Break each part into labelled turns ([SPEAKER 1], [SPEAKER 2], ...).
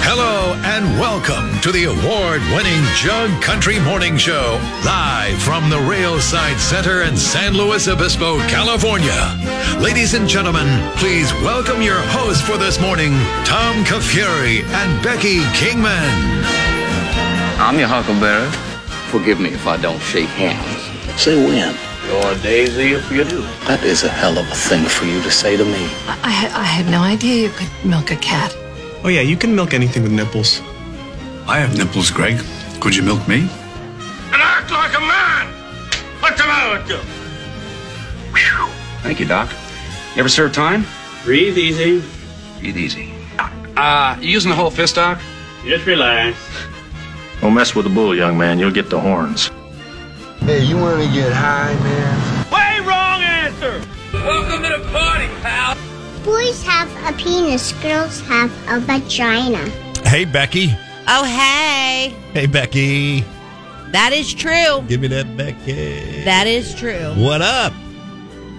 [SPEAKER 1] Hello and welcome to the award winning Jug Country Morning Show, live from the Railside Center in San Luis Obispo, California. Ladies and gentlemen, please welcome your hosts for this morning, Tom Kafuri and Becky Kingman.
[SPEAKER 2] I'm your huckleberry. Forgive me if I don't shake hands.
[SPEAKER 3] Say when.
[SPEAKER 2] Or Daisy if you do.
[SPEAKER 3] That is a hell of a thing for you to say to me.
[SPEAKER 4] I, had- I had no idea you could milk a cat.
[SPEAKER 5] Oh yeah, you can milk anything with nipples.
[SPEAKER 6] I have nipples, Greg. Could you milk me?
[SPEAKER 7] and act like a man. What's the matter with you?
[SPEAKER 2] Thank you, Doc. You ever serve time?
[SPEAKER 7] Breathe easy.
[SPEAKER 2] Breathe easy. Uh, you using the whole fist, Doc?
[SPEAKER 7] Just relax.
[SPEAKER 8] Don't mess with the bull, young man. You'll get the horns.
[SPEAKER 9] Hey, you want to get high, man?
[SPEAKER 7] Way wrong answer. Welcome to the party, pal.
[SPEAKER 10] Boys have a penis, girls have a vagina.
[SPEAKER 11] Hey, Becky.
[SPEAKER 12] Oh, hey.
[SPEAKER 11] Hey, Becky.
[SPEAKER 12] That is true.
[SPEAKER 11] Give me that Becky.
[SPEAKER 12] That is true.
[SPEAKER 11] What up?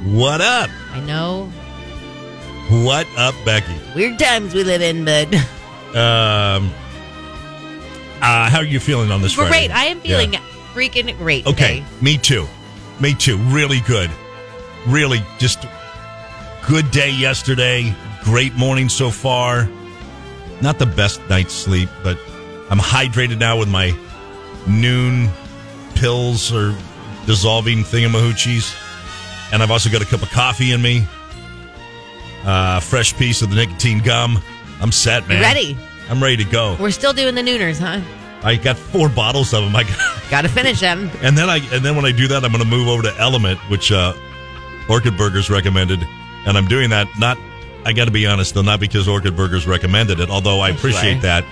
[SPEAKER 11] What up?
[SPEAKER 12] I know.
[SPEAKER 11] What up, Becky?
[SPEAKER 12] Weird times we live in, but
[SPEAKER 11] Um, uh, how are you feeling on this Friday?
[SPEAKER 12] great. I am feeling
[SPEAKER 11] Yeah.
[SPEAKER 12] freaking great.
[SPEAKER 11] Okay,
[SPEAKER 12] Today.
[SPEAKER 11] me too. Me too. Really good. Really just good day yesterday. Great morning so far. Not the best night's sleep, but I'm hydrated now with my noon pills or dissolving thingamahoochies. And I've also got a cup of coffee in me. Uh, fresh piece of the nicotine gum. I'm set, man.
[SPEAKER 12] You ready?
[SPEAKER 11] I'm ready to go.
[SPEAKER 12] We're still doing the nooners, huh?
[SPEAKER 11] I got four bottles of them. I got
[SPEAKER 12] Got to finish them.
[SPEAKER 11] and then I and then when I do that, I'm going to move over to Element, which uh, Orchid Burgers recommended, and I'm doing that not. I got to be honest though, not because Orchid Burgers recommended it, although I
[SPEAKER 12] That's right.
[SPEAKER 11] appreciate that.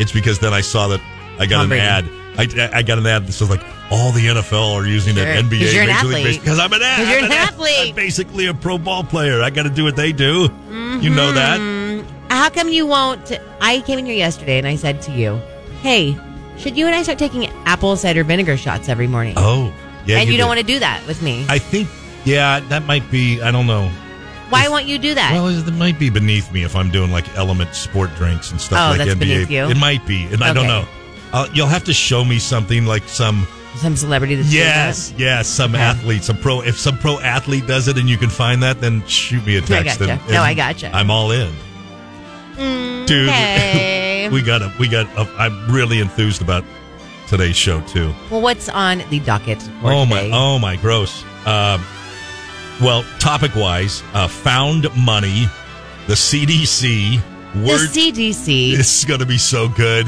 [SPEAKER 11] It's because then I saw that I got
[SPEAKER 12] Tom
[SPEAKER 11] an
[SPEAKER 12] Brady.
[SPEAKER 11] ad. I, I got an ad that says like all the NFL are using
[SPEAKER 12] Sure.
[SPEAKER 11] it, NBA,
[SPEAKER 12] 'Cause you're an
[SPEAKER 11] Major League
[SPEAKER 12] athlete.
[SPEAKER 11] because I'm an, ad,
[SPEAKER 12] 'Cause you're
[SPEAKER 11] I'm
[SPEAKER 12] an athlete.
[SPEAKER 11] I'm basically a pro ball player. I got to do what they do. You know that.
[SPEAKER 12] Mm, how come you won't? I came in here yesterday and I said to you, "Hey, should you and I start taking apple cider vinegar shots every morning?"
[SPEAKER 11] Oh, yeah.
[SPEAKER 12] and you, don't
[SPEAKER 11] did.
[SPEAKER 12] want to do that with me.
[SPEAKER 11] I think yeah, that might be. I don't know.
[SPEAKER 12] Why won't you do that?
[SPEAKER 11] Well, it might be beneath me if I'm doing like element sport drinks and stuff
[SPEAKER 12] Oh,
[SPEAKER 11] like
[SPEAKER 12] that's
[SPEAKER 11] NBA.
[SPEAKER 12] beneath you?
[SPEAKER 11] It might be, and I don't
[SPEAKER 12] Okay.
[SPEAKER 11] know. Uh, you'll have to show me something like some
[SPEAKER 12] Some celebrity that's doing
[SPEAKER 11] yes, yes, some
[SPEAKER 12] Okay.
[SPEAKER 11] athlete, some pro. If some pro athlete does it and you can find that, then shoot me a text.
[SPEAKER 12] gotcha.
[SPEAKER 11] and-
[SPEAKER 12] No,
[SPEAKER 11] and
[SPEAKER 12] I gotcha.
[SPEAKER 11] I'm all in,
[SPEAKER 12] that?
[SPEAKER 11] dude.
[SPEAKER 12] Okay.
[SPEAKER 11] we got it. We got. A, I'm really enthused about today's show too.
[SPEAKER 12] well, what's on the docket? For
[SPEAKER 11] oh
[SPEAKER 12] today?
[SPEAKER 11] my! Oh my! Gross. Um, well, topic wise, uh, found money, the CDC,
[SPEAKER 12] The
[SPEAKER 11] word.
[SPEAKER 12] CDC.
[SPEAKER 11] This is going to be so good.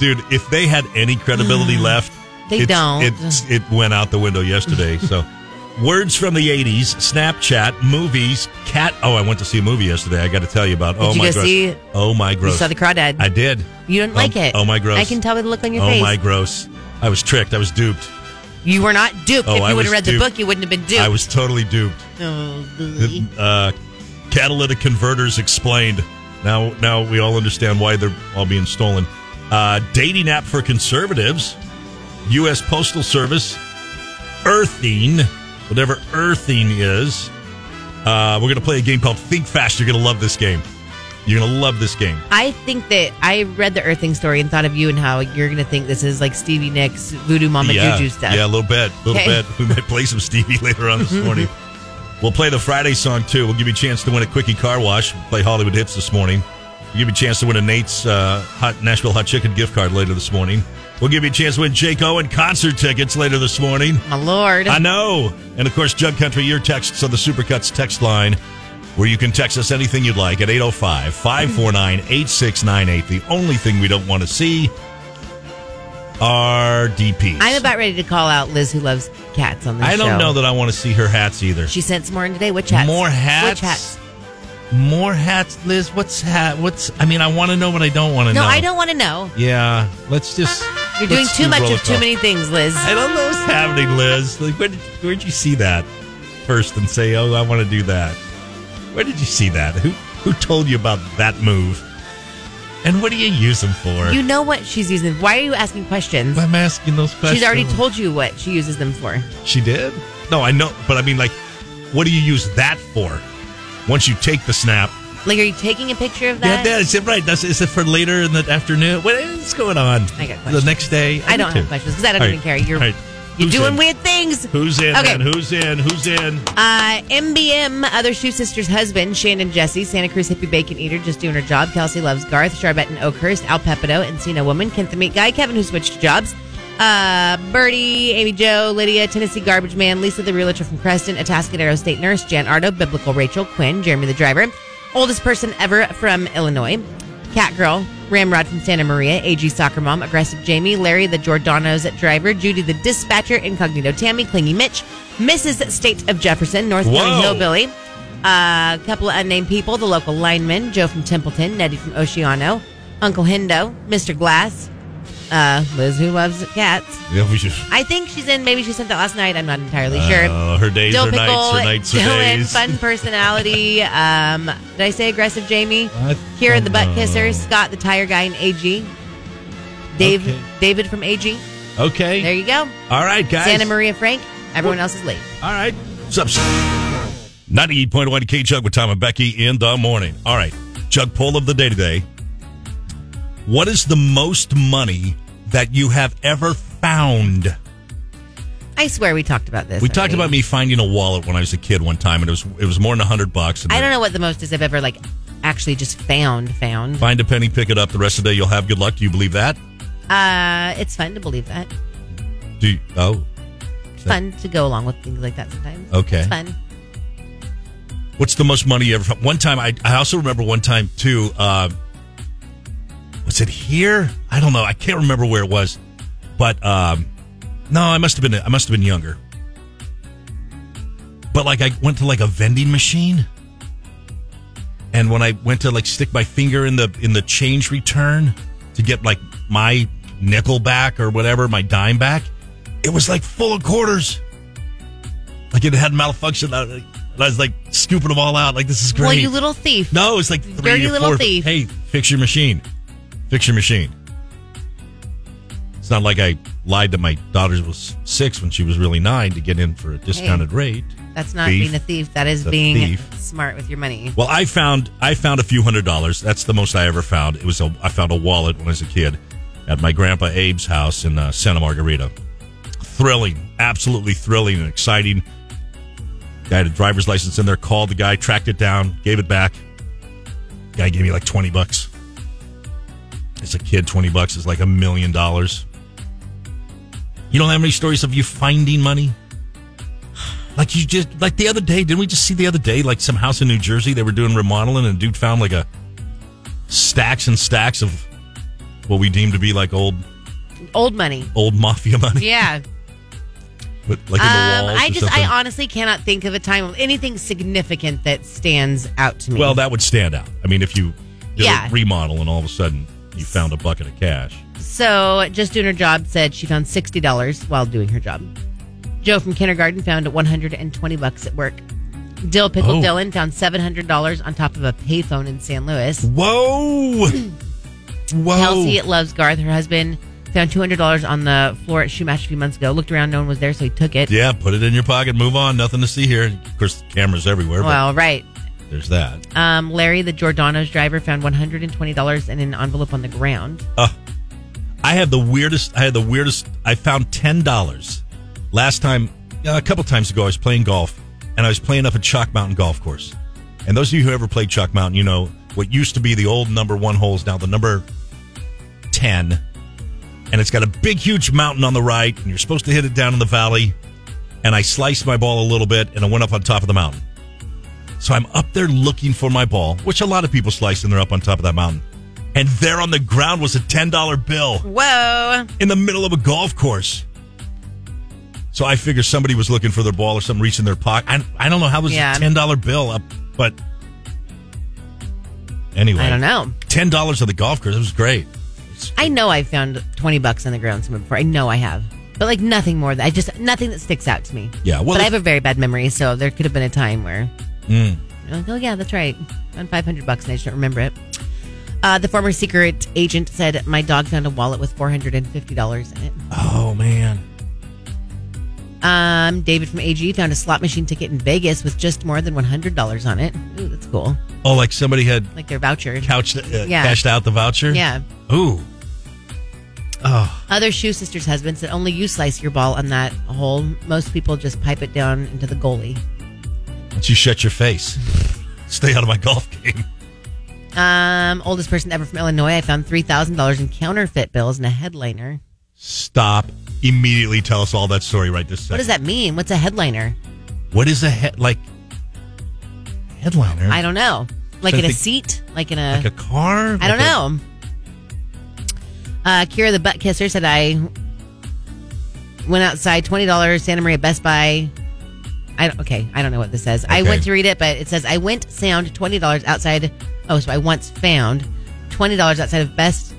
[SPEAKER 11] Dude, if they had any credibility left,
[SPEAKER 12] Mm. They
[SPEAKER 11] it's-
[SPEAKER 12] don't.
[SPEAKER 11] It's, it went out the window yesterday. so, words from the 80s, Snapchat, movies, cat. Oh, I went to see a movie yesterday. I got to tell you about. oh,
[SPEAKER 12] you
[SPEAKER 11] my
[SPEAKER 12] go
[SPEAKER 11] gross.
[SPEAKER 12] see-
[SPEAKER 11] Oh, my gross.
[SPEAKER 12] You saw the crawdad.
[SPEAKER 11] I did.
[SPEAKER 12] you didn't
[SPEAKER 11] Oh,
[SPEAKER 12] like it.
[SPEAKER 11] Oh, my gross.
[SPEAKER 12] I can tell by the look on your
[SPEAKER 11] oh,
[SPEAKER 12] face.
[SPEAKER 11] my gross. I was tricked. I was duped.
[SPEAKER 12] You were not duped.
[SPEAKER 11] Oh,
[SPEAKER 12] if
[SPEAKER 11] I
[SPEAKER 12] you would
[SPEAKER 11] was
[SPEAKER 12] have read
[SPEAKER 11] duped.
[SPEAKER 12] the book, you wouldn't have been duped.
[SPEAKER 11] I was totally duped.
[SPEAKER 12] Oh, boy.
[SPEAKER 11] Uh, catalytic converters explained. Now, now we all understand why they're all being stolen. Uh, dating app for conservatives, U.S. Postal Service, earthing, whatever earthing is. Uh, we're gonna play a game called Think Fast. You're gonna love this game. You're gonna love this game.
[SPEAKER 12] I think that I read the earthing story and thought of you and how you're going to think this is like Stevie Nicks voodoo mama
[SPEAKER 11] yeah,
[SPEAKER 12] juju stuff.
[SPEAKER 11] Yeah, a little bit, a little
[SPEAKER 12] Okay.
[SPEAKER 11] bit. We might play some Stevie later on this morning. We'll play the Friday song too. We'll give you a chance to win a quickie car wash. We'll play Hollywood hits this morning. We'll give you a chance to win a Nate's uh, hot Nashville hot chicken gift card later this morning. We'll give you a chance to win Jake Owen concert tickets later this morning.
[SPEAKER 12] My lord.
[SPEAKER 11] I know. And of course, Jug Country, your texts on the Supercuts text line, where you can text us anything you'd like at 805 549 8698. The only thing we don't want to see are DPs.
[SPEAKER 12] I'm about ready to call out Liz who loves cats on this
[SPEAKER 11] I don't
[SPEAKER 12] show.
[SPEAKER 11] know that I want to see her hats either.
[SPEAKER 12] She sent some more in today. Which hats?
[SPEAKER 11] More hats.
[SPEAKER 12] Which hats?
[SPEAKER 11] More hats, Liz. What's hat? What's? I mean, I want to know, but I don't want to
[SPEAKER 12] No,
[SPEAKER 11] know.
[SPEAKER 12] I don't want to know.
[SPEAKER 11] Yeah, let's just.
[SPEAKER 12] You're doing
[SPEAKER 11] let's
[SPEAKER 12] too
[SPEAKER 11] do
[SPEAKER 12] much
[SPEAKER 11] roller
[SPEAKER 12] of too
[SPEAKER 11] call.
[SPEAKER 12] many things, Liz.
[SPEAKER 11] I don't know what's happening, Liz. Like, where did, where'd you see that first and say, oh, I want to do that? Where did you see that? Who who told you about that move? And what do you use them for?
[SPEAKER 12] You know what she's using. Why are you asking questions?
[SPEAKER 11] I'm asking those questions.
[SPEAKER 12] She's already told you what she uses them for.
[SPEAKER 11] She did? No, I know, but I mean, like, what do you use that for? Once you take the snap.
[SPEAKER 12] Like, are you taking a picture of that?
[SPEAKER 11] Yeah, that's it, right. That's, is it for later in the afternoon? What is going on?
[SPEAKER 12] I got
[SPEAKER 11] The next day?
[SPEAKER 12] I
[SPEAKER 11] do
[SPEAKER 12] don't have
[SPEAKER 11] too.
[SPEAKER 12] questions because I don't
[SPEAKER 11] All
[SPEAKER 12] even
[SPEAKER 11] right.
[SPEAKER 12] care. You're
[SPEAKER 11] All right.
[SPEAKER 12] you're
[SPEAKER 11] Who's
[SPEAKER 12] doing
[SPEAKER 11] in?
[SPEAKER 12] weird things.
[SPEAKER 11] Who's in,
[SPEAKER 12] Okay.
[SPEAKER 11] man? Who's in? Who's in?
[SPEAKER 12] Uh, MBM, other shoe sisters' husband, Shannon Jesse, Santa Cruz hippie bacon eater, just doing her job. Kelsey loves Garth, Charbette and Oakhurst, Al Pepito, Encino Woman, Kent the Meat Guy, Kevin who switched jobs. Uh, Birdie, Amy Joe, Lydia, Tennessee Garbage Man, Lisa the Realtor from Creston, Atascadero State Nurse, Jan Ardo, Biblical Rachel, Quinn, Jeremy the Driver, oldest person ever from Illinois, Cat Girl, Ramrod from Santa Maria, AG Soccer Mom, Aggressive Jamie, Larry the Giordano's Driver, Judy the Dispatcher, Incognito Tammy, Clingy Mitch, Mrs. State of Jefferson, North County
[SPEAKER 11] Whoa.
[SPEAKER 12] Hillbilly, a couple of unnamed people, the local lineman, Joe from Templeton, Nettie from Oceano, Uncle Hendo, Mr. Glass, uh, Liz who loves cats.
[SPEAKER 11] Yeah, we should-
[SPEAKER 12] I think she's in. Maybe she sent that last night. I'm not entirely sure.
[SPEAKER 11] Uh, her days
[SPEAKER 12] Dill
[SPEAKER 11] are nights,
[SPEAKER 12] Pickle,
[SPEAKER 11] her nights are
[SPEAKER 12] Dylan,
[SPEAKER 11] days.
[SPEAKER 12] fun personality. um, did I say aggressive Jamie?
[SPEAKER 11] I
[SPEAKER 12] Kira the
[SPEAKER 11] don't
[SPEAKER 12] butt
[SPEAKER 11] know.
[SPEAKER 12] kisser, Scott the tire guy, and AG. Dave,
[SPEAKER 11] Okay.
[SPEAKER 12] David from AG.
[SPEAKER 11] Okay.
[SPEAKER 12] There you go.
[SPEAKER 11] All right, guys.
[SPEAKER 12] Santa Maria Frank. Everyone else is late.
[SPEAKER 11] All right. Sup? sup. 98.1 K Jug with Tom and Becky in the morning. All right. Jug poll of the day today. What is the most money that you have ever found?
[SPEAKER 12] I swear we talked about this.
[SPEAKER 11] We talked
[SPEAKER 12] already.
[SPEAKER 11] about me finding a wallet when I was a kid one time, and it was it was more than a hundred bucks. And
[SPEAKER 12] I don't know what the most is I've ever like actually just found found.
[SPEAKER 11] Find a penny, pick it up. The rest of the day, you'll have good luck. Do you believe that?
[SPEAKER 12] Uh, it's fun to believe that.
[SPEAKER 11] Do you, oh,
[SPEAKER 12] It's fun to go along with things like that sometimes.
[SPEAKER 11] Okay.
[SPEAKER 12] It's fun.
[SPEAKER 11] What's the most money you ever? One time, I, I also remember one time too. Uh, was it here? I don't know. I can't remember where it was, but um, no, I must have been I must have been younger. But like, I went to like a vending machine, and when I went to like stick my finger in the in the change return to get like my nickel back or whatever, my dime back, it was like full of quarters. Like it had malfunction. I, I was like scooping them all out. Like this is great.
[SPEAKER 12] Well, you little thief.
[SPEAKER 11] No, it's like three
[SPEAKER 12] Dirty
[SPEAKER 11] to
[SPEAKER 12] little
[SPEAKER 11] four-
[SPEAKER 12] thief.
[SPEAKER 11] Hey, fix your machine. Fix your machine. It's not like I lied that my daughter was six when she was really nine to get in for a discounted rate.
[SPEAKER 12] That's not
[SPEAKER 11] Thief.
[SPEAKER 12] being a thief. That is
[SPEAKER 11] It's a
[SPEAKER 12] being
[SPEAKER 11] thief.
[SPEAKER 12] smart with your money.
[SPEAKER 11] Well, I found I found a few hundred dollars. That's the most I ever found. It was a I found a wallet when I was a kid at my grandpa Abe's house in uh, Santa Margarita. Thrilling, absolutely thrilling and exciting. Guy had a driver's license in there. Called the guy, tracked it down, gave it back. Guy gave me like twenty bucks. As a kid, twenty bucks is like a million dollars. You don't have any stories of you finding money? Like you just like the other day, didn't we just see the other day like some house in New Jersey they were doing remodeling and a dude found like a stacks and stacks of what we deem to be like old
[SPEAKER 12] Old money.
[SPEAKER 11] old mafia money,
[SPEAKER 12] Yeah.
[SPEAKER 11] but like in the
[SPEAKER 12] Um,
[SPEAKER 11] walls.
[SPEAKER 12] I
[SPEAKER 11] or
[SPEAKER 12] just,
[SPEAKER 11] something.
[SPEAKER 12] I honestly cannot think of a time of anything significant that stands out to me.
[SPEAKER 11] well, that would stand out. I mean, if you did
[SPEAKER 12] Yeah.
[SPEAKER 11] a remodel and all of a sudden you found a bucket of cash.
[SPEAKER 12] so just doing her job said she found sixty dollars while doing her job. Joe from kindergarten found one hundred and twenty bucks at work. Dill Pickle
[SPEAKER 11] Oh.
[SPEAKER 12] Dylan found seven hundred dollars on top of a payphone in San Luis.
[SPEAKER 11] Whoa, whoa!
[SPEAKER 12] Kelsey loves Garth. Her husband found two hundred dollars on the floor at shoe match a few months ago. Looked around, no one was there, so he took it.
[SPEAKER 11] Yeah, put it in your pocket. Move on. Nothing to see here. Of course, cameras everywhere.
[SPEAKER 12] Well, right.
[SPEAKER 11] but there's that.
[SPEAKER 12] Um, Larry, the Giordano's driver, found one hundred and twenty dollars in an envelope on the ground.
[SPEAKER 11] I had the weirdest. I had the weirdest. I found ten dollars last time. uh, A couple times ago, I was playing golf, and I was playing up at Chalk Mountain Golf Course. And those of you who ever played Chalk Mountain, you know what used to be the old number one hole is now the number ten, and it's got a big, huge mountain on the right, and you're supposed to hit it down in the valley. And I sliced my ball a little bit, and I went up on top of the mountain. So I'm up there looking for my ball, which a lot of people slice and they're up on top of that mountain. And there on the ground was a ten dollar bill
[SPEAKER 12] Whoa!
[SPEAKER 11] in the middle of a golf course. So I figure somebody was looking for their ball or something, reaching their pocket. I, I don't know how it was
[SPEAKER 12] Yeah.
[SPEAKER 11] a ten dollar bill up, but anyway,
[SPEAKER 12] I don't know.
[SPEAKER 11] Ten dollars on the golf course. It was great.
[SPEAKER 12] I know I found twenty bucks on the ground somewhere before. I know I have, but like nothing more. That I just nothing that sticks out to me.
[SPEAKER 11] Yeah, well, Mm.
[SPEAKER 12] but I
[SPEAKER 11] if-
[SPEAKER 12] have a very bad memory, so there could have been a time where You're like, oh, yeah, that's right. Around 500 bucks, and I just don't remember it. Uh, the former secret agent said, My dog found a wallet with $450 in it.
[SPEAKER 11] Oh, man.
[SPEAKER 12] Um, David from AG found a slot machine ticket in Vegas with just more than $100 on it. Ooh, that's cool.
[SPEAKER 11] Oh, like somebody had
[SPEAKER 12] Like their voucher.
[SPEAKER 11] couched, uh,
[SPEAKER 12] Yeah.
[SPEAKER 11] cashed out the voucher?
[SPEAKER 12] Yeah.
[SPEAKER 11] Ooh. Oh,
[SPEAKER 12] Other shoe sisters' husbands said, Only you slice your ball on that hole. Most people just pipe it down into the goalie.
[SPEAKER 11] why don't you shut your face? Stay out of my golf game.
[SPEAKER 12] Um, oldest person ever from Illinois. I found three thousand dollars in counterfeit bills and a headliner.
[SPEAKER 11] Stop. Immediately tell us all that story right this second.
[SPEAKER 12] What does that mean? What's a headliner?
[SPEAKER 11] What is a head like headliner?
[SPEAKER 12] I don't know. Like
[SPEAKER 11] So
[SPEAKER 12] in a
[SPEAKER 11] think-
[SPEAKER 12] seat? Like in a?
[SPEAKER 11] like a car.
[SPEAKER 12] I don't
[SPEAKER 11] Like a-
[SPEAKER 12] know. Uh, Kira the butt kisser said I went outside twenty dollars Santa Maria Best Buy. I don't, okay, I don't know what this says. I
[SPEAKER 11] Okay.
[SPEAKER 12] went to read it, but it says I went sound twenty dollars outside. Oh, so I once found twenty dollars outside of Best,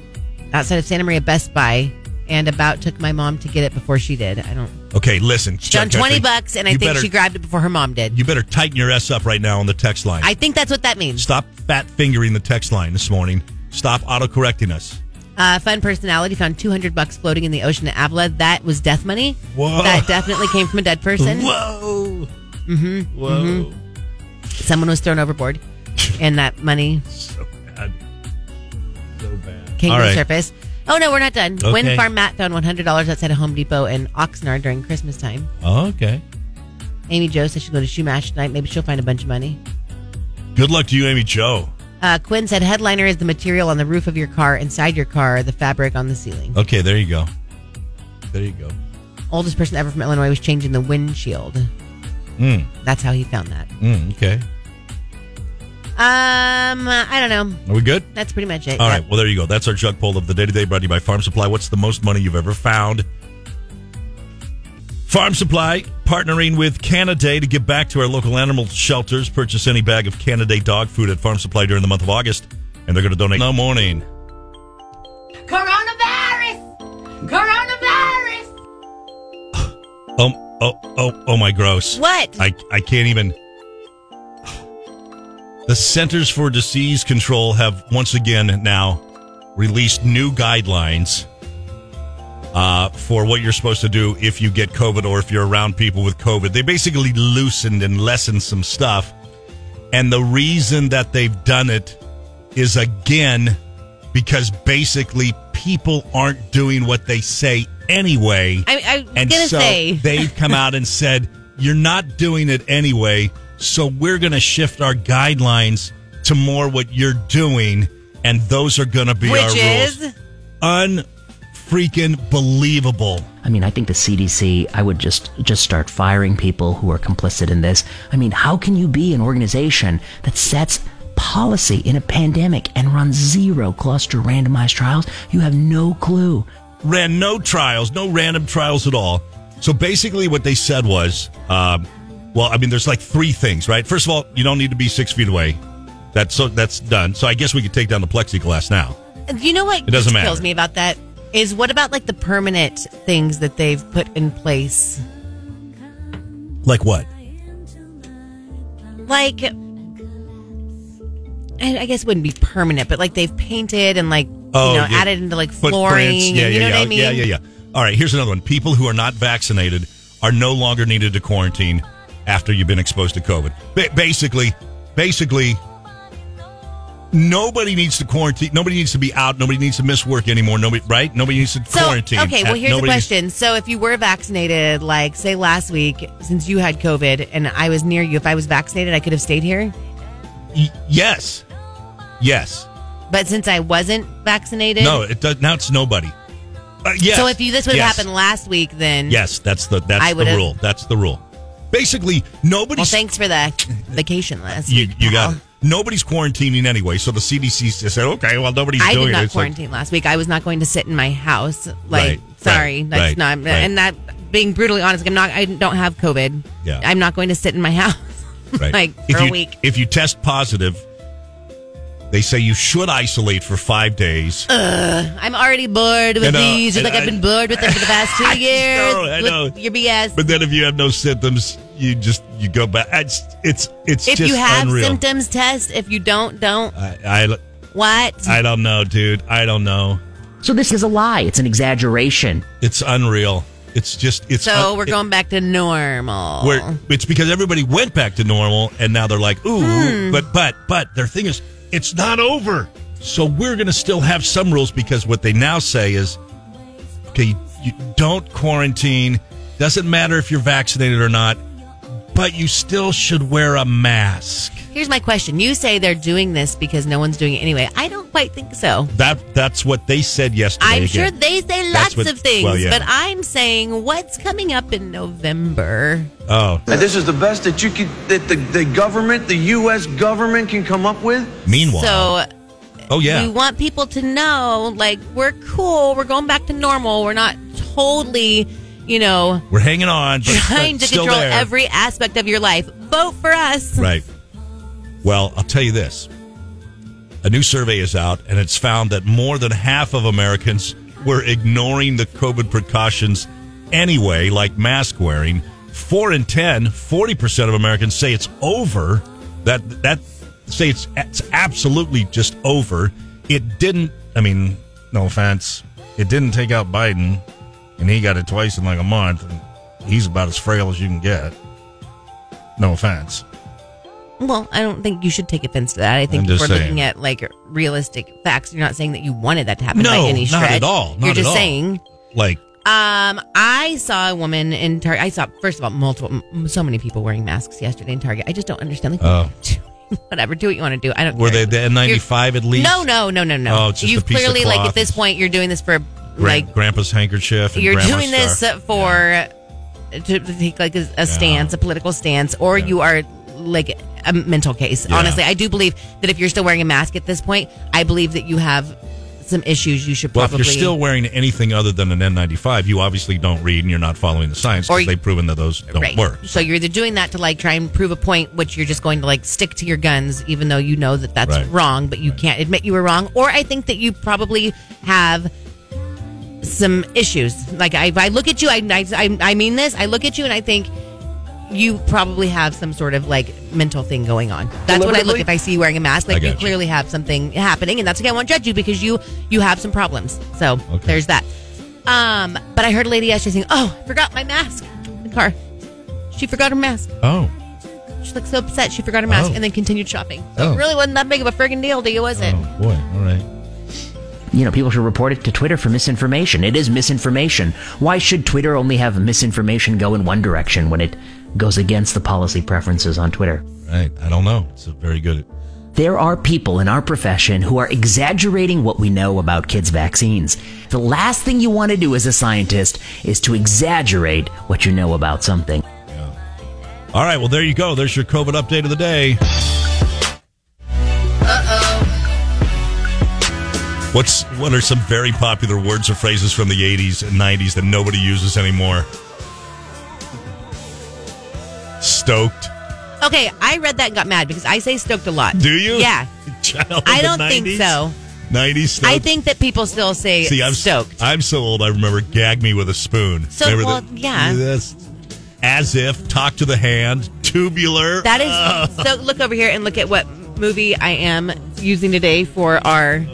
[SPEAKER 12] outside of Santa Maria Best Buy, and about took my mom to get it before she did. I don't.
[SPEAKER 11] Okay, listen.
[SPEAKER 12] She found
[SPEAKER 11] Chuck
[SPEAKER 12] twenty
[SPEAKER 11] Guthrie,
[SPEAKER 12] bucks, and I
[SPEAKER 11] you
[SPEAKER 12] think
[SPEAKER 11] better-
[SPEAKER 12] she grabbed it before her mom did.
[SPEAKER 11] You better tighten your s up right now on the text line.
[SPEAKER 12] I think that's what that means.
[SPEAKER 11] Stop fat fingering the text line this morning. Stop autocorrecting us.
[SPEAKER 12] Uh, fun personality found 200 bucks floating in the ocean at Avila. That was death money.
[SPEAKER 11] Whoa.
[SPEAKER 12] That definitely came from a dead person.
[SPEAKER 11] Whoa.
[SPEAKER 12] Mm-hmm.
[SPEAKER 11] Whoa.
[SPEAKER 12] Someone was thrown overboard, and that money
[SPEAKER 11] So bad. So bad.
[SPEAKER 12] came
[SPEAKER 11] All
[SPEAKER 12] to
[SPEAKER 11] right.
[SPEAKER 12] the surface. Oh no, we're not done.
[SPEAKER 11] Okay.
[SPEAKER 12] Wind Farm Matt found $100 outside of Home Depot in Oxnard during Christmas time.
[SPEAKER 11] Okay.
[SPEAKER 12] Amy Jo says she's going to shoe match tonight. Maybe she'll find a bunch of money.
[SPEAKER 11] Good luck to you, Amy Joe.
[SPEAKER 12] Uh, Quinn said headliner is the material on the roof of your car, inside your car, the fabric on the ceiling.
[SPEAKER 11] Okay, there you go. There you go.
[SPEAKER 12] Oldest person ever from Illinois was changing the windshield.
[SPEAKER 11] Mm,
[SPEAKER 12] That's how he found that.
[SPEAKER 11] mm, okay.
[SPEAKER 12] Um, I don't know.
[SPEAKER 11] Are we good?
[SPEAKER 12] That's pretty much it.
[SPEAKER 11] All right. Well, there you go. That's our jug poll of the day today, brought to you by Farm Supply. What's the most money you've ever found? Farm Supply partnering with Canada to give back to our local animal shelters. Purchase any bag of Canada dog food at Farm Supply during the month of August, and they're going to donate. No morning.
[SPEAKER 10] Coronavirus! Coronavirus!
[SPEAKER 11] Oh, oh, oh, oh my gross.
[SPEAKER 12] What?
[SPEAKER 11] I, I can't even. The Centers for Disease Control have once again now released new guidelines uh, for what you're supposed to do if you get COVID or if you're around people with COVID. They basically loosened and lessened some stuff. And the reason that they've done it is again because basically people aren't doing what they say anyway
[SPEAKER 12] I, I'm
[SPEAKER 11] and
[SPEAKER 12] gonna
[SPEAKER 11] so
[SPEAKER 12] say
[SPEAKER 11] they've come out and said you're not doing it anyway so we're going to shift our guidelines to more what you're doing and those are going to be our
[SPEAKER 12] which
[SPEAKER 11] rules
[SPEAKER 12] is
[SPEAKER 11] unfreaking believable
[SPEAKER 13] I mean, I think the CDC, I would just just start firing people who are complicit in this. I mean, how can you be an organization that sets policy in a pandemic and runs zero cluster randomized trials? You have no clue.
[SPEAKER 11] ran no trials, no random trials at all. So basically, what they said was, um, well, I mean, there's like three things, right? First of all, you don't need to be six feet away. That's so that's done. So I guess we could take down the plexiglass now.
[SPEAKER 12] you know what
[SPEAKER 11] It doesn't
[SPEAKER 12] just
[SPEAKER 11] matter.
[SPEAKER 12] kills me about that is what about like the permanent things that they've put in place
[SPEAKER 11] Like what?
[SPEAKER 12] like I I guess it wouldn't be permanent, but like they've painted and like you know
[SPEAKER 11] Oh, yeah.
[SPEAKER 12] added into like
[SPEAKER 11] Footprints.
[SPEAKER 12] flooring. and
[SPEAKER 11] Yeah, yeah,
[SPEAKER 12] you know
[SPEAKER 11] yeah,
[SPEAKER 12] what I mean?
[SPEAKER 11] yeah, yeah, yeah. All right, here's another one. People who are not vaccinated are no longer needed to quarantine after you've been exposed to COVID. Ba- basically, basically, nobody needs to quarantine. Nobody needs to be out. Nobody needs to miss work anymore. Nobody, right? Nobody needs to
[SPEAKER 12] So
[SPEAKER 11] quarantine.
[SPEAKER 12] okay, well
[SPEAKER 11] At-
[SPEAKER 12] here's the
[SPEAKER 11] nobody needs-
[SPEAKER 12] question. So if you were vaccinated, like say last week, since you had COVID and I was near you, if I was vaccinated, I could have stayed here.
[SPEAKER 11] Y- yes, yes.
[SPEAKER 12] But since I wasn't vaccinated,
[SPEAKER 11] No, it does. Now it's nobody. Uh, yes.
[SPEAKER 12] So if you this would have
[SPEAKER 11] Yes.
[SPEAKER 12] happened last week, then
[SPEAKER 11] yes, that's the that's
[SPEAKER 12] I
[SPEAKER 11] the
[SPEAKER 12] would've-
[SPEAKER 11] rule. That's the rule. Basically, nobody.
[SPEAKER 12] Well, thanks for the vacation last
[SPEAKER 11] You,
[SPEAKER 12] week.
[SPEAKER 11] you got
[SPEAKER 12] pal.
[SPEAKER 11] it. Nobody's quarantining anyway, so the CDC just said, okay, well, nobody's
[SPEAKER 12] I
[SPEAKER 11] doing
[SPEAKER 12] did
[SPEAKER 11] it.
[SPEAKER 12] not
[SPEAKER 11] It's like-
[SPEAKER 12] quarantine last week. I was not going to sit in my house. Like,
[SPEAKER 11] Right,
[SPEAKER 12] sorry,
[SPEAKER 11] right,
[SPEAKER 12] that's
[SPEAKER 11] right,
[SPEAKER 12] not.
[SPEAKER 11] right.
[SPEAKER 12] And that being brutally honest, I'm not. I don't have COVID.
[SPEAKER 11] Yeah.
[SPEAKER 12] I'm not going to sit in my house.
[SPEAKER 11] right.
[SPEAKER 12] like
[SPEAKER 11] if
[SPEAKER 12] for
[SPEAKER 11] you,
[SPEAKER 12] a week.
[SPEAKER 11] If you test positive, they say you should isolate for five days.
[SPEAKER 12] I'm already bored with
[SPEAKER 11] And, uh,
[SPEAKER 12] these. It's
[SPEAKER 11] and
[SPEAKER 12] like I,
[SPEAKER 11] I-
[SPEAKER 12] have been bored with them for the past two years.
[SPEAKER 11] know, I
[SPEAKER 12] with
[SPEAKER 11] know.
[SPEAKER 12] Your BS.
[SPEAKER 11] but then if you have no symptoms, you just you go back. It's it's it's
[SPEAKER 12] if
[SPEAKER 11] just
[SPEAKER 12] you have
[SPEAKER 11] unreal. Uh,
[SPEAKER 12] symptoms, test. If you don't, don't.
[SPEAKER 11] I, I
[SPEAKER 12] What?
[SPEAKER 11] I don't know, dude. I don't know.
[SPEAKER 13] So this is a lie. It's an exaggeration.
[SPEAKER 11] It's unreal. It's just it's
[SPEAKER 12] so
[SPEAKER 11] un-
[SPEAKER 12] we're going back to normal.
[SPEAKER 11] Where it's because everybody went back to normal, and now they're like, ooh,
[SPEAKER 12] Hmm.
[SPEAKER 11] but but but their thing is, it's not over. So we're going to still have some rules because what they now say is, okay, you don't quarantine. Doesn't matter if you're vaccinated or not, but you still should wear a mask.
[SPEAKER 12] Here's my question. You say they're doing this because no one's doing it anyway. I don't quite think so.
[SPEAKER 11] That that's what they said yesterday.
[SPEAKER 12] I'm
[SPEAKER 11] again.
[SPEAKER 12] sure they say lots
[SPEAKER 11] That's what-
[SPEAKER 12] of things,
[SPEAKER 11] well, yeah.
[SPEAKER 12] but I'm saying what's coming up in November.
[SPEAKER 11] Oh.
[SPEAKER 14] And this is the best that you could that the, the government, the US government can come up with.
[SPEAKER 12] So
[SPEAKER 11] oh
[SPEAKER 12] we want people to know like we're cool, we're going back to normal, we're not totally, you know,
[SPEAKER 11] we're hanging on, but,
[SPEAKER 12] trying
[SPEAKER 11] but
[SPEAKER 12] to
[SPEAKER 11] still
[SPEAKER 12] control
[SPEAKER 11] there.
[SPEAKER 12] every aspect of your life. Vote for us.
[SPEAKER 11] Right. Well, I'll tell you this. A new survey is out, and it's found that more than half of Americans were ignoring the COVID precautions anyway, like mask wearing. Four in 10, 40% of Americans say it's over. That, that say it's, it's absolutely just over. It didn't, I mean, no offense, it didn't take out Biden, and he got it twice in like a month, and he's about as frail as you can get. No offense.
[SPEAKER 12] Well, I don't think you should take offense to that. I think
[SPEAKER 11] I'm
[SPEAKER 12] if
[SPEAKER 11] just
[SPEAKER 12] we're
[SPEAKER 11] saying.
[SPEAKER 12] looking at like realistic facts. You're not saying that you wanted that to happen
[SPEAKER 11] no,
[SPEAKER 12] by any stretch.
[SPEAKER 11] not at all. Not
[SPEAKER 12] You're just
[SPEAKER 11] at all.
[SPEAKER 12] saying.
[SPEAKER 11] like
[SPEAKER 12] Um, I saw a woman in Target. I saw first of all multiple, m- so many people wearing masks yesterday in Target. I just don't understand. Like,
[SPEAKER 11] Oh.
[SPEAKER 12] whatever, do what you want to do. I don't.
[SPEAKER 11] were
[SPEAKER 12] care.
[SPEAKER 11] they the N95 at least?
[SPEAKER 12] No, no, no, no, no.
[SPEAKER 11] Oh, it's just
[SPEAKER 12] You've
[SPEAKER 11] a piece of
[SPEAKER 12] clearly like at
[SPEAKER 11] cloth.
[SPEAKER 12] this point you're doing this for
[SPEAKER 11] Gran-
[SPEAKER 12] like
[SPEAKER 11] Grandpa's handkerchief. And
[SPEAKER 12] you're
[SPEAKER 11] grandma's
[SPEAKER 12] doing this
[SPEAKER 11] scarf.
[SPEAKER 12] for to take like a, a stance, a political stance, or you are like a mental case.
[SPEAKER 11] Yeah.
[SPEAKER 12] Honestly, I do believe that if you're still wearing a mask at this point, I believe that you have some issues. You should
[SPEAKER 11] Well, if
[SPEAKER 12] probably
[SPEAKER 11] you're still wearing anything other than an N95, you obviously don't read and you're not following the science
[SPEAKER 12] Or
[SPEAKER 11] because
[SPEAKER 12] you-
[SPEAKER 11] they've proven that those don't
[SPEAKER 12] right.
[SPEAKER 11] work.
[SPEAKER 12] So you're either doing that to like try and prove a point, which you're just going to like stick to your guns, even though you know that that's
[SPEAKER 11] Right.
[SPEAKER 12] wrong, but you can't admit you were wrong. Or I think that you probably have some issues. Like I, if I look at you, I, I, I- I mean this. I look at you and I think you probably have some sort of like mental thing going on. That's what I look
[SPEAKER 15] Deliberately?
[SPEAKER 12] if I see you wearing a mask.
[SPEAKER 15] I
[SPEAKER 12] Like you
[SPEAKER 15] gotcha.
[SPEAKER 12] clearly have something happening, and that's okay. I won't judge you because you you have some problems. So there's that. Um, but I heard a lady yesterday saying, "Oh, I forgot my mask in the car. She forgot her mask.
[SPEAKER 11] Oh.
[SPEAKER 12] She looked so upset. She forgot her mask,
[SPEAKER 13] Oh.
[SPEAKER 12] and then continued shopping. So
[SPEAKER 13] Oh.
[SPEAKER 12] it really wasn't that big of a friggin' deal to you, was it?
[SPEAKER 11] oh, Boy, all right.
[SPEAKER 13] You know, people should report it to Twitter for misinformation. It is misinformation. Why should Twitter only have misinformation go in one direction when it goes against the policy preferences on Twitter?
[SPEAKER 11] Right. I don't know. It's a very good.
[SPEAKER 13] There are people in our profession who are exaggerating what we know about kids' vaccines. The last thing you want to do as a scientist is to exaggerate what you know about something.
[SPEAKER 11] All right. Well, there you go. There's your COVID update of the day. What's what are some very popular words or phrases from the 80s and 90s that nobody uses anymore? Stoked.
[SPEAKER 12] Okay, I read that and got mad because I say stoked a lot.
[SPEAKER 11] Oh. Do you?
[SPEAKER 12] Yeah.
[SPEAKER 11] Child of
[SPEAKER 12] I
[SPEAKER 11] the
[SPEAKER 12] don't think
[SPEAKER 11] 90s?
[SPEAKER 12] so.
[SPEAKER 11] 90s stoked.
[SPEAKER 12] I think that people still say
[SPEAKER 11] See, I'm
[SPEAKER 12] stoked.
[SPEAKER 11] I'm so old. I remember gag me with a spoon.
[SPEAKER 12] So,
[SPEAKER 11] Remember
[SPEAKER 12] well,
[SPEAKER 11] that?
[SPEAKER 12] yeah.
[SPEAKER 11] That's- as if talk to the hand tubular.
[SPEAKER 12] That is
[SPEAKER 11] Ah.
[SPEAKER 12] so. Look over here and look at what movie I am using today for our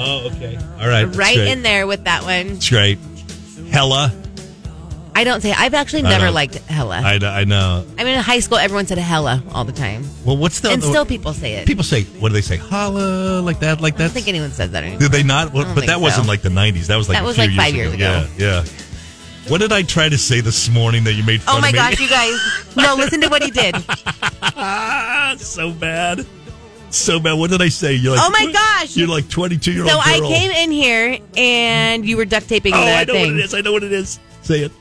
[SPEAKER 11] Oh, okay. All right. that's
[SPEAKER 12] right
[SPEAKER 11] great.
[SPEAKER 12] in there with that one.
[SPEAKER 11] That's great. Hella.
[SPEAKER 12] I don't say. I've actually
[SPEAKER 11] I
[SPEAKER 12] never
[SPEAKER 11] know.
[SPEAKER 12] liked hella.
[SPEAKER 11] I, I know.
[SPEAKER 12] I mean, in high school, everyone said hella all the time.
[SPEAKER 11] Well, what's the
[SPEAKER 12] and
[SPEAKER 11] the-
[SPEAKER 12] still people say it.
[SPEAKER 11] People say what do they say? Holla like that, like
[SPEAKER 12] I
[SPEAKER 11] that.
[SPEAKER 12] don't think anyone says that anymore.
[SPEAKER 11] Did they not? Well,
[SPEAKER 12] I don't
[SPEAKER 11] but that
[SPEAKER 12] think
[SPEAKER 11] wasn't
[SPEAKER 12] so.
[SPEAKER 11] like the '90s. That was like
[SPEAKER 12] That
[SPEAKER 11] a
[SPEAKER 12] was
[SPEAKER 11] few
[SPEAKER 12] like five years ago.
[SPEAKER 11] Yeah, yeah. What did I try to say this morning that you made fun
[SPEAKER 12] Oh
[SPEAKER 11] of
[SPEAKER 12] my
[SPEAKER 11] me?
[SPEAKER 12] gosh, you guys! No, listen to what he did.
[SPEAKER 11] so bad. so bad. What did I say? You're like,
[SPEAKER 12] Oh my gosh.
[SPEAKER 11] You're like 22 year old.
[SPEAKER 12] So I came in here and you were duct taping
[SPEAKER 11] Oh,
[SPEAKER 12] the
[SPEAKER 11] I know what
[SPEAKER 12] thing.
[SPEAKER 11] it is. Ah! I know what it is. Say it.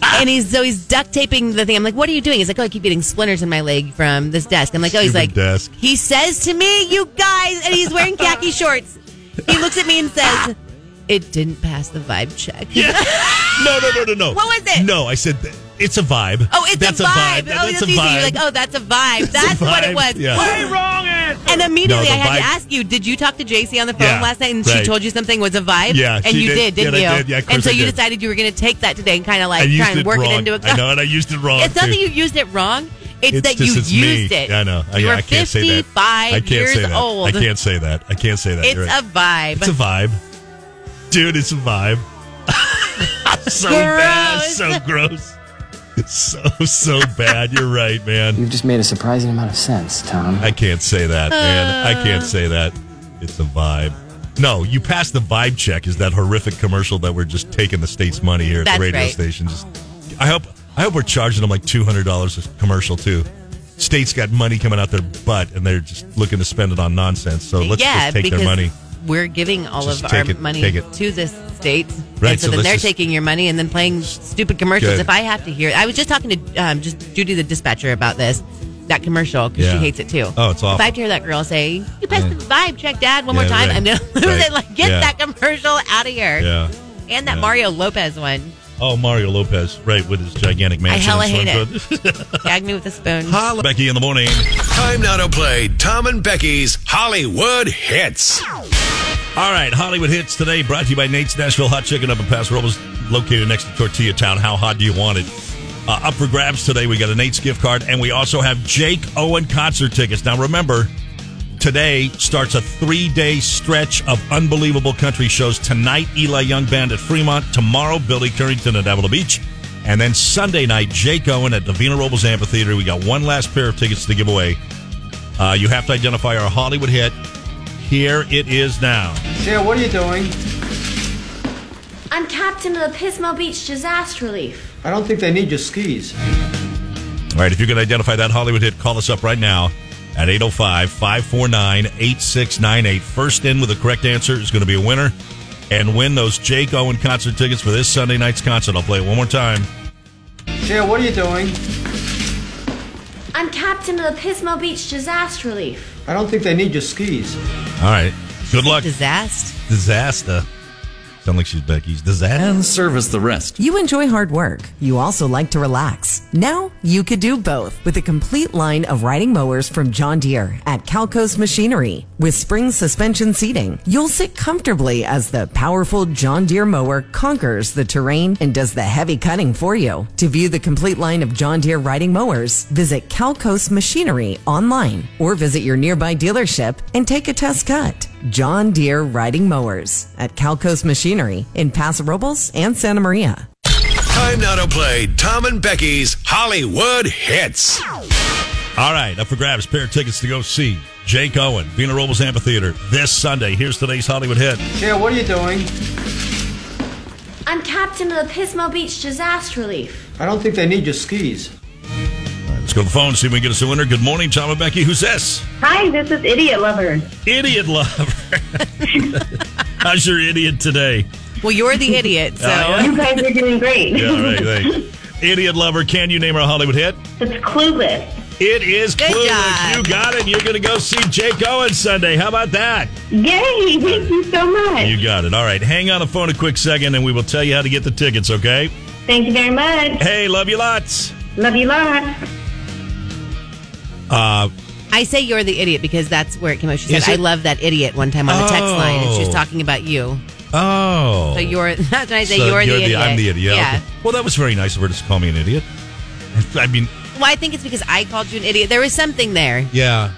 [SPEAKER 12] and he's so he's duct taping the thing. I'm like, what are you doing? He's like, oh, I keep getting splinters in my leg from this desk. I'm like, oh, he's
[SPEAKER 11] Stupid
[SPEAKER 12] like,
[SPEAKER 11] desk.
[SPEAKER 12] he says to me, you guys, and he's wearing khaki shorts. He looks at me and says, it didn't pass the vibe check.
[SPEAKER 11] No, no, no, no, no.
[SPEAKER 12] What was it?
[SPEAKER 11] No, I said that It's a vibe.
[SPEAKER 12] Oh, it's
[SPEAKER 11] That's
[SPEAKER 12] a vibe. oh, that's easy. You're like, oh, that's a vibe.
[SPEAKER 11] a
[SPEAKER 12] That's what it
[SPEAKER 11] vibe.
[SPEAKER 12] was.
[SPEAKER 11] Yeah. Way
[SPEAKER 12] wrong And immediately
[SPEAKER 11] No,
[SPEAKER 12] I
[SPEAKER 11] the
[SPEAKER 12] had to
[SPEAKER 11] vibe-
[SPEAKER 12] ask you, did you talk to JC on the phone
[SPEAKER 11] Yeah,
[SPEAKER 12] last night and she
[SPEAKER 11] right.
[SPEAKER 12] told you something was a vibe?
[SPEAKER 11] Yeah,
[SPEAKER 12] And
[SPEAKER 11] she
[SPEAKER 12] you
[SPEAKER 11] did.
[SPEAKER 12] did,
[SPEAKER 11] Yeah,
[SPEAKER 12] didn't
[SPEAKER 11] I
[SPEAKER 12] you?
[SPEAKER 11] did. Yeah, of
[SPEAKER 12] and
[SPEAKER 11] course
[SPEAKER 12] so
[SPEAKER 11] I
[SPEAKER 12] you
[SPEAKER 11] did.
[SPEAKER 12] decided you were going to take that today and kind of
[SPEAKER 11] I
[SPEAKER 12] like
[SPEAKER 11] used
[SPEAKER 12] try and
[SPEAKER 11] it
[SPEAKER 12] work
[SPEAKER 11] wrong.
[SPEAKER 12] it into a
[SPEAKER 11] I know, and I used it wrong.
[SPEAKER 12] It's not
[SPEAKER 11] too.
[SPEAKER 12] that you used it wrong. It's,
[SPEAKER 11] It's
[SPEAKER 12] that
[SPEAKER 11] just-
[SPEAKER 12] you
[SPEAKER 11] it's me.
[SPEAKER 12] used it.
[SPEAKER 11] I know. I,
[SPEAKER 12] You
[SPEAKER 11] yeah,
[SPEAKER 12] were
[SPEAKER 11] I can't say that.
[SPEAKER 12] 55
[SPEAKER 11] I can't
[SPEAKER 12] years
[SPEAKER 11] say that.
[SPEAKER 12] old.
[SPEAKER 11] I can't say that. I can't say that.
[SPEAKER 12] It's
[SPEAKER 11] You're right.
[SPEAKER 12] a vibe.
[SPEAKER 11] It's a vibe. Dude, it's a vibe. so
[SPEAKER 12] Gross.
[SPEAKER 11] bad. So gross. So, so bad. You're right, man.
[SPEAKER 15] You've just made a surprising amount of sense, Tom.
[SPEAKER 11] I can't say that, man.
[SPEAKER 12] Uh.
[SPEAKER 11] I can't say that. It's a vibe. No, you passed the vibe check. Is that horrific commercial that we're just taking the state's money here at
[SPEAKER 12] That's
[SPEAKER 11] the radio
[SPEAKER 12] right.
[SPEAKER 11] station? Just, I hope, I hope we're charging them like two hundred dollars a commercial too. State's got money coming out their butt, and they're just looking to spend it on nonsense. So let's
[SPEAKER 12] yeah,
[SPEAKER 11] just take
[SPEAKER 12] because
[SPEAKER 11] their money.
[SPEAKER 12] We're giving all
[SPEAKER 11] Just
[SPEAKER 12] of
[SPEAKER 11] take
[SPEAKER 12] our
[SPEAKER 11] it,
[SPEAKER 12] money
[SPEAKER 11] take it.
[SPEAKER 12] to this state.
[SPEAKER 11] Right,
[SPEAKER 12] And so,
[SPEAKER 11] so
[SPEAKER 12] then
[SPEAKER 11] let's
[SPEAKER 12] they're
[SPEAKER 11] just-
[SPEAKER 12] taking your money and then playing stupid commercials.
[SPEAKER 11] Good.
[SPEAKER 12] If I have to hear, I was just talking to um, just Judy the dispatcher about this that commercial because
[SPEAKER 11] Yeah.
[SPEAKER 12] she hates it too.
[SPEAKER 11] Oh, it's
[SPEAKER 12] If
[SPEAKER 11] awful.
[SPEAKER 12] I have to hear that girl say, "You passed
[SPEAKER 11] Yeah.
[SPEAKER 12] the vibe check, Dad," one more
[SPEAKER 11] Yeah,
[SPEAKER 12] time,
[SPEAKER 11] right.
[SPEAKER 12] I'm gonna lose
[SPEAKER 11] Right.
[SPEAKER 12] it. Like, get
[SPEAKER 11] Yeah.
[SPEAKER 12] that commercial out of here.
[SPEAKER 11] Yeah.
[SPEAKER 12] And that
[SPEAKER 11] Yeah.
[SPEAKER 12] Mario Lopez one,
[SPEAKER 11] Oh, Mario Lopez, right with his gigantic
[SPEAKER 12] I
[SPEAKER 11] mansion.
[SPEAKER 12] hella
[SPEAKER 11] and so
[SPEAKER 12] hate
[SPEAKER 11] forth.
[SPEAKER 12] it. Gag me with a spoon.
[SPEAKER 11] Holla, Becky in the morning.
[SPEAKER 1] Time now to play Tom and Becky's Hollywood Hits.
[SPEAKER 11] All right, Hollywood Hits today brought to you by Nate's Nashville Hot Chicken up in Paso Robles, located next to Tortilla Town. How hot do you want it? Uh, up for grabs today. We got a Nate's gift card, and we also have Jake Owen concert tickets. Now, remember, today starts a three day stretch of unbelievable country shows. Tonight, Eli Young Band at Fremont. Tomorrow, Billy Currington at Avila Beach. And then Sunday night, Jake Owen at the Vina Robles Amphitheater. We got one last pair of tickets to give away. Uh, you have to identify our Hollywood hit. Here it is now.
[SPEAKER 16] Sarah, what are you doing?
[SPEAKER 17] I'm captain of the Pismo Beach disaster relief.
[SPEAKER 16] I don't think they need your skis.
[SPEAKER 11] All right, if you can identify that Hollywood hit, call us up right now at 805 549 8698. First in with the correct answer is going to be a winner and win those Jake Owen concert tickets for this Sunday night's concert. I'll play it one more time.
[SPEAKER 16] Sarah, what are you doing?
[SPEAKER 17] I'm captain of the Pismo Beach disaster relief.
[SPEAKER 16] I don't think they need your skis.
[SPEAKER 11] All right. Good luck.
[SPEAKER 12] Disaster.
[SPEAKER 11] Disaster. Sound like she's Becky's disaster.
[SPEAKER 18] And service the rest.
[SPEAKER 19] You enjoy hard work. You also like to relax. Now you could do both with a complete line of riding mowers from John Deere at Calco's Machinery. With spring suspension seating, you'll sit comfortably as the powerful John Deere mower conquers the terrain and does the heavy cutting for you. To view the complete line of John Deere riding mowers, visit Calco's Machinery online or visit your nearby dealership and take a test cut. John Deere riding mowers at Calco's Machinery in Paso Robles and Santa Maria.
[SPEAKER 1] Time now to play Tom and Becky's Hollywood Hits.
[SPEAKER 11] All right, up for grabs. Pair of tickets to go see Jake Owen, Vina Robles Amphitheater this Sunday. Here's today's Hollywood hit.
[SPEAKER 16] Sarah, what are you doing?
[SPEAKER 17] I'm captain of the Pismo Beach disaster relief.
[SPEAKER 16] I don't think they need your skis.
[SPEAKER 11] Let's go to the phone, see if we can get us a winner. Good morning, Tom and Becky. Who's this?
[SPEAKER 20] Hi, this is Idiot Lover.
[SPEAKER 11] Idiot lover. How's your idiot today?
[SPEAKER 12] Well, you're the idiot, so
[SPEAKER 11] Oh, yeah?
[SPEAKER 20] You guys are doing great.
[SPEAKER 11] Yeah, all right, thanks. Idiot lover, can you name our Hollywood hit?
[SPEAKER 20] It's clueless.
[SPEAKER 11] It is
[SPEAKER 20] Good
[SPEAKER 11] Clueless.
[SPEAKER 20] job.
[SPEAKER 11] You got it. You're going to go see Jake Owen Sunday. How about that?
[SPEAKER 20] Yay! Thank you so much.
[SPEAKER 11] You got it. All right, hang on the phone a quick second, and we will tell you how to get the tickets. Okay?
[SPEAKER 20] Thank you very much.
[SPEAKER 11] Hey, love you lots.
[SPEAKER 20] Love you lot.
[SPEAKER 11] Uh,
[SPEAKER 12] I say you're the idiot because that's where it came up. She said,
[SPEAKER 11] Is
[SPEAKER 12] "I
[SPEAKER 11] it?
[SPEAKER 12] love that idiot." One time on the text line, and she was
[SPEAKER 11] Oh.
[SPEAKER 12] talking about you.
[SPEAKER 11] oh.
[SPEAKER 12] So you're that's when I say
[SPEAKER 11] So
[SPEAKER 12] you're, the idiot.
[SPEAKER 11] I'm the idiot. Yeah. okay. Well, that was very nice of her to just call me an idiot. I mean,
[SPEAKER 12] Well, I think it's because I called you an idiot. There was something there,
[SPEAKER 11] yeah.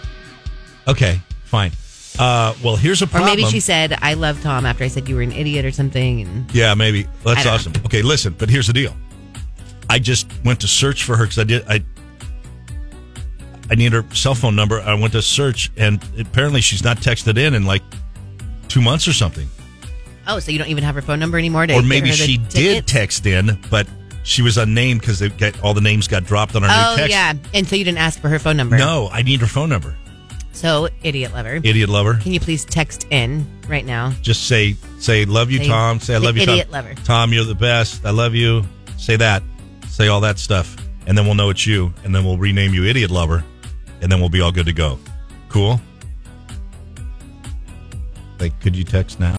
[SPEAKER 11] Okay, fine. Uh, well, here's a
[SPEAKER 12] or
[SPEAKER 11] problem.
[SPEAKER 12] maybe she said, "I love Tom." After I said you were an idiot or something, and
[SPEAKER 11] Yeah, maybe.
[SPEAKER 12] I
[SPEAKER 11] That's
[SPEAKER 12] don't
[SPEAKER 11] awesome. Okay, listen, but here's the deal. I just went to search for her because I did. I I need her cell phone number. I went to search, and apparently she's not texted in in like two months or something.
[SPEAKER 12] oh, so you don't even have her phone number anymore? To
[SPEAKER 11] or
[SPEAKER 12] give
[SPEAKER 11] maybe
[SPEAKER 12] her the
[SPEAKER 11] she
[SPEAKER 12] ticket?
[SPEAKER 11] did text in, but she was unnamed because they got all the names got dropped on her
[SPEAKER 12] Oh
[SPEAKER 11] new text.
[SPEAKER 12] yeah, and so you didn't ask for her phone number.
[SPEAKER 11] No, I need her phone number.
[SPEAKER 12] So idiot lover,
[SPEAKER 11] Idiot lover.
[SPEAKER 12] can you please text in right now?
[SPEAKER 11] Just say say love you,
[SPEAKER 12] Uh-huh. Say-
[SPEAKER 11] Tom. Say I
[SPEAKER 12] say
[SPEAKER 11] love you,
[SPEAKER 12] idiot
[SPEAKER 11] Tom.
[SPEAKER 12] lover.
[SPEAKER 11] Tom, you're the best. I love you. Say that. Say all that stuff, and then we'll know it's you, and then we'll rename you idiot lover, and then we'll be all good to go. Cool. Like, could you text now?